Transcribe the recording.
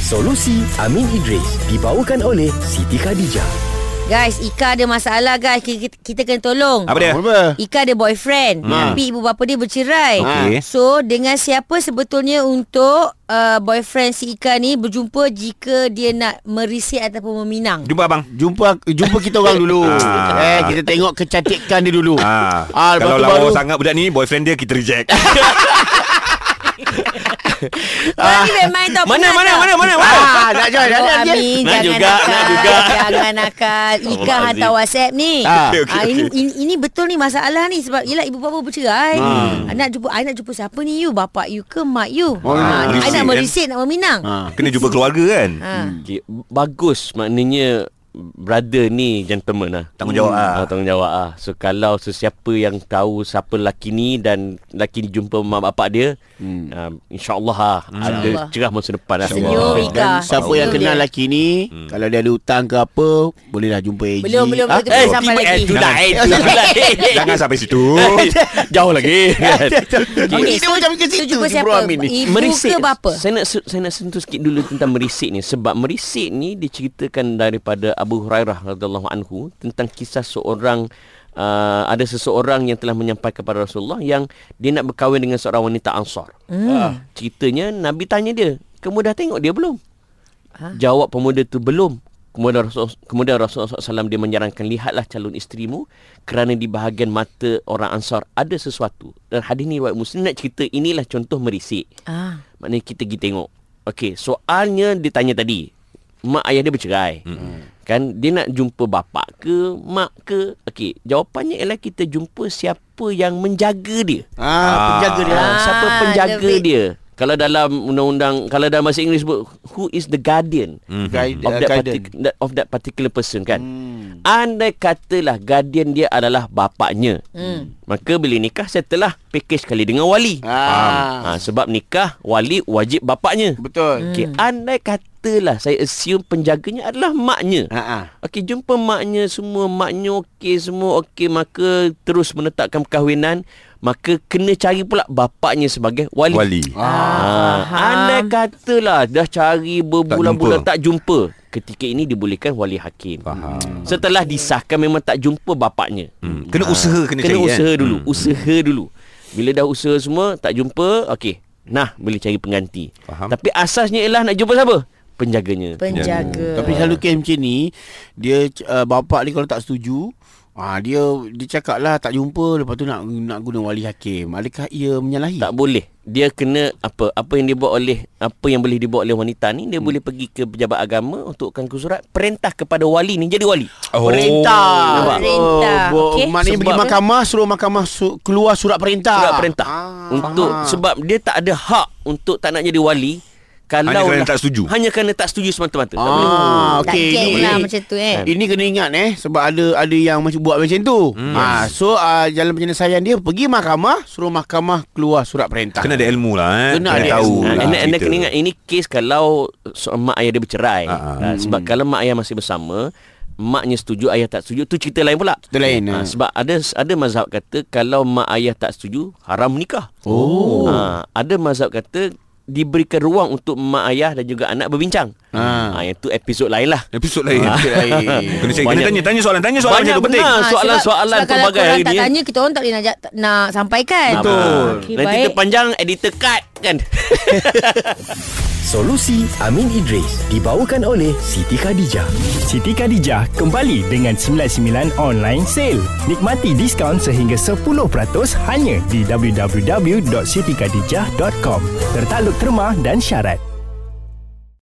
Solusi Amin Idris dibawakan oleh Siti Khadijah. Guys, Ika ada masalah guys. Kita, kita- kita kena tolong. Apa dia? Apa? Ika ada boyfriend Hmm. Tapi ibu bapa dia bercerai Okey. So dengan siapa sebetulnya Untuk uh, boyfriend si Ika ni Berjumpa jika dia nak merisik Ataupun meminang Jumpa abang. Jumpa jumpa kita orang dulu. Ah. eh kita tengok kecantikan dia dulu. Ah, Ah, lepas kalau tu lawa baru- sangat budak ni boyfriend dia kita reject. Orang ni main tau Ah. mana, penat mana, tau. mana mana mana. Ah, nak join dah Oh, dia. Amin, Nak jangan juga, nakal, nak juga. Jangan nakal. Ika Allah hantar Azim. WhatsApp ni. Ah. Okey, okey, Ah, ini, okey. ini, ini betul ni masalah ni sebab yelah ibu bapa bercerai. Hmm. Nak jumpa I nak jumpa siapa ni you? Bapak you ke mak you? Oh, ha, I merisik, nak kan? merisik, nak meminang. Ha. Kena jumpa keluarga kan. Ah. Hmm. Okay. Bagus maknanya brother ni gentleman lah. Tanggungjawab lah. Ah, tanggungjawab ah. So kalau sesiapa yang tahu siapa lelaki ni dan lelaki ni jumpa mak bapak dia, hmm. uh, insya-Allah ah, ada Hmm. InsyaAllah. cerah masa depan lah. Senyum Ika. Dan siapa yang Senyum kenal dia. lelaki ni hmm. Kalau dia ada hutang ke apa Bolehlah jumpa AG Belum, belum, Ah, belum. Eh, Sampai tiba lagi. eh, tu dah, eh, tu dah. Jangan sampai situ. Jauh lagi. Okey, Dia macam ke situ, jumpa si siapa? Bro Amin ni. Ibu ke bapa? Saya nak se- saya nak sentuh sikit dulu tentang merisik ni sebab merisik ni diceritakan daripada Abu Hurairah radhiyallahu anhu tentang kisah seorang Uh, ada seseorang yang telah menyampaikan kepada Rasulullah yang dia nak berkahwin dengan seorang wanita Ansar. Hmm. Uh, ceritanya Nabi tanya dia, "Kamu dah tengok dia belum?" Ha? Jawab pemuda tu belum. Kemudian Rasul, kemudian Rasulullah SAW dia menyarankan lihatlah calon isterimu kerana di bahagian mata orang Ansar ada sesuatu. Dan hadis ni riwayat Muslim nak cerita inilah contoh merisik. Ah. Maknanya kita pergi tengok. Okey, soalnya dia tanya tadi. Mak ayah dia bercerai. Hmm. Kan dia nak jumpa bapak ke, mak ke. Okey, jawapannya ialah kita jumpa siapa yang menjaga dia. Ah, penjaga dia Ah, siapa Ah, penjaga love it. dia? Kalau dalam undang-undang, kalau dalam bahasa Inggeris sebut who is the guardian Hmm. Guide- uh, of that, guardian. partic- that of that particular person kan. Hmm. Andai katalah guardian dia adalah bapaknya. Hmm. Maka bila nikah setelah package kali dengan wali. Ah. Ha, sebab nikah wali wajib bapaknya. Betul Okey, andai katalah saya assume penjaganya adalah maknya. Ah, ah. Okey, jumpa maknya semua, maknya okey semua, okey maka terus menetapkan perkahwinan, maka kena cari pula bapaknya sebagai wali. Wali. Ah, andai katalah dah cari berbulan-bulan tak jumpa. Ketika ini dibolehkan wali hakim. Faham. Setelah disahkan memang tak jumpa bapaknya. Hmm. Kena usaha kena, Kena cari usaha kan? dulu, usaha dulu. Bila dah usaha semua tak jumpa, okey. Nah, boleh cari pengganti. Faham. Tapi asasnya ialah nak jumpa siapa? Penjaganya. Penjaga. Tapi selalu kes macam ni Dia uh, Bapak ni kalau tak setuju Ah dia dia cakap lah tak jumpa lepas tu nak nak guna wali hakim. Adakah ia menyalahi? Tak boleh. Dia kena apa? Apa yang dibuat oleh apa yang boleh dibuat oleh wanita ni, dia hmm. boleh pergi ke pejabat agama untukkan surat perintah kepada wali ni jadi wali. Oh. Perintah. Ah, Nampak? Perintah, Oh, okey. okay. Maknanya pergi Sebab- mahkamah suruh mahkamah su- keluar surat perintah. Surat perintah. Ah, untuk faham. sebab dia tak ada hak untuk tak nak jadi wali kalau lah- Hanya kerana tak setuju. Hanya kerana tak setuju semata-mata. Tak boleh. Ah, Tak okey. geng Ini- lah macam tu, eh. Ini kena ingat eh sebab ada ada yang macam buat macam tu. Hmm. Ah, so ah, jalan penyelesaian dia pergi mahkamah, suruh mahkamah keluar surat perintah. Kena ada ilmu lah eh. Kena ada tahu. ilmu. Ah, lah Anda, anda cerita. kena ingat ini kes kalau so, mak ayah dia bercerai. Ah, ah. Ah, Hmm. sebab kalau mak ayah masih bersama, maknya setuju ayah tak setuju tu cerita lain pula. Cerita lain, Ah, ah. sebab ada ada mazhab kata kalau mak ayah tak setuju haram nikah. Oh. Ha, ada mazhab kata diberikan ruang untuk mak ayah dan juga anak berbincang. Ah. Ha, yang tu episod lain lah. Episod lain. Episod lain. Kena cari. Kena Banyak. tanya, tanya soalan. Tanya soalan Banyak macam tu penting. benar. Ah, sebab, soalan-soalan sebab pelbagai kalau hari korang tak ni, eh. tanya Kita orang tak boleh nak, ja- nak sampaikan Betul. Okey, Nanti baik. terpanjang editor cut kan. Solusi Amin Idris dibawakan oleh Siti Khadijah. Siti Khadijah kembali dengan 99 online sale. Nikmati diskaun sehingga 10% hanya di www.sitikhadijah.com. Tertakluk terma dan syarat.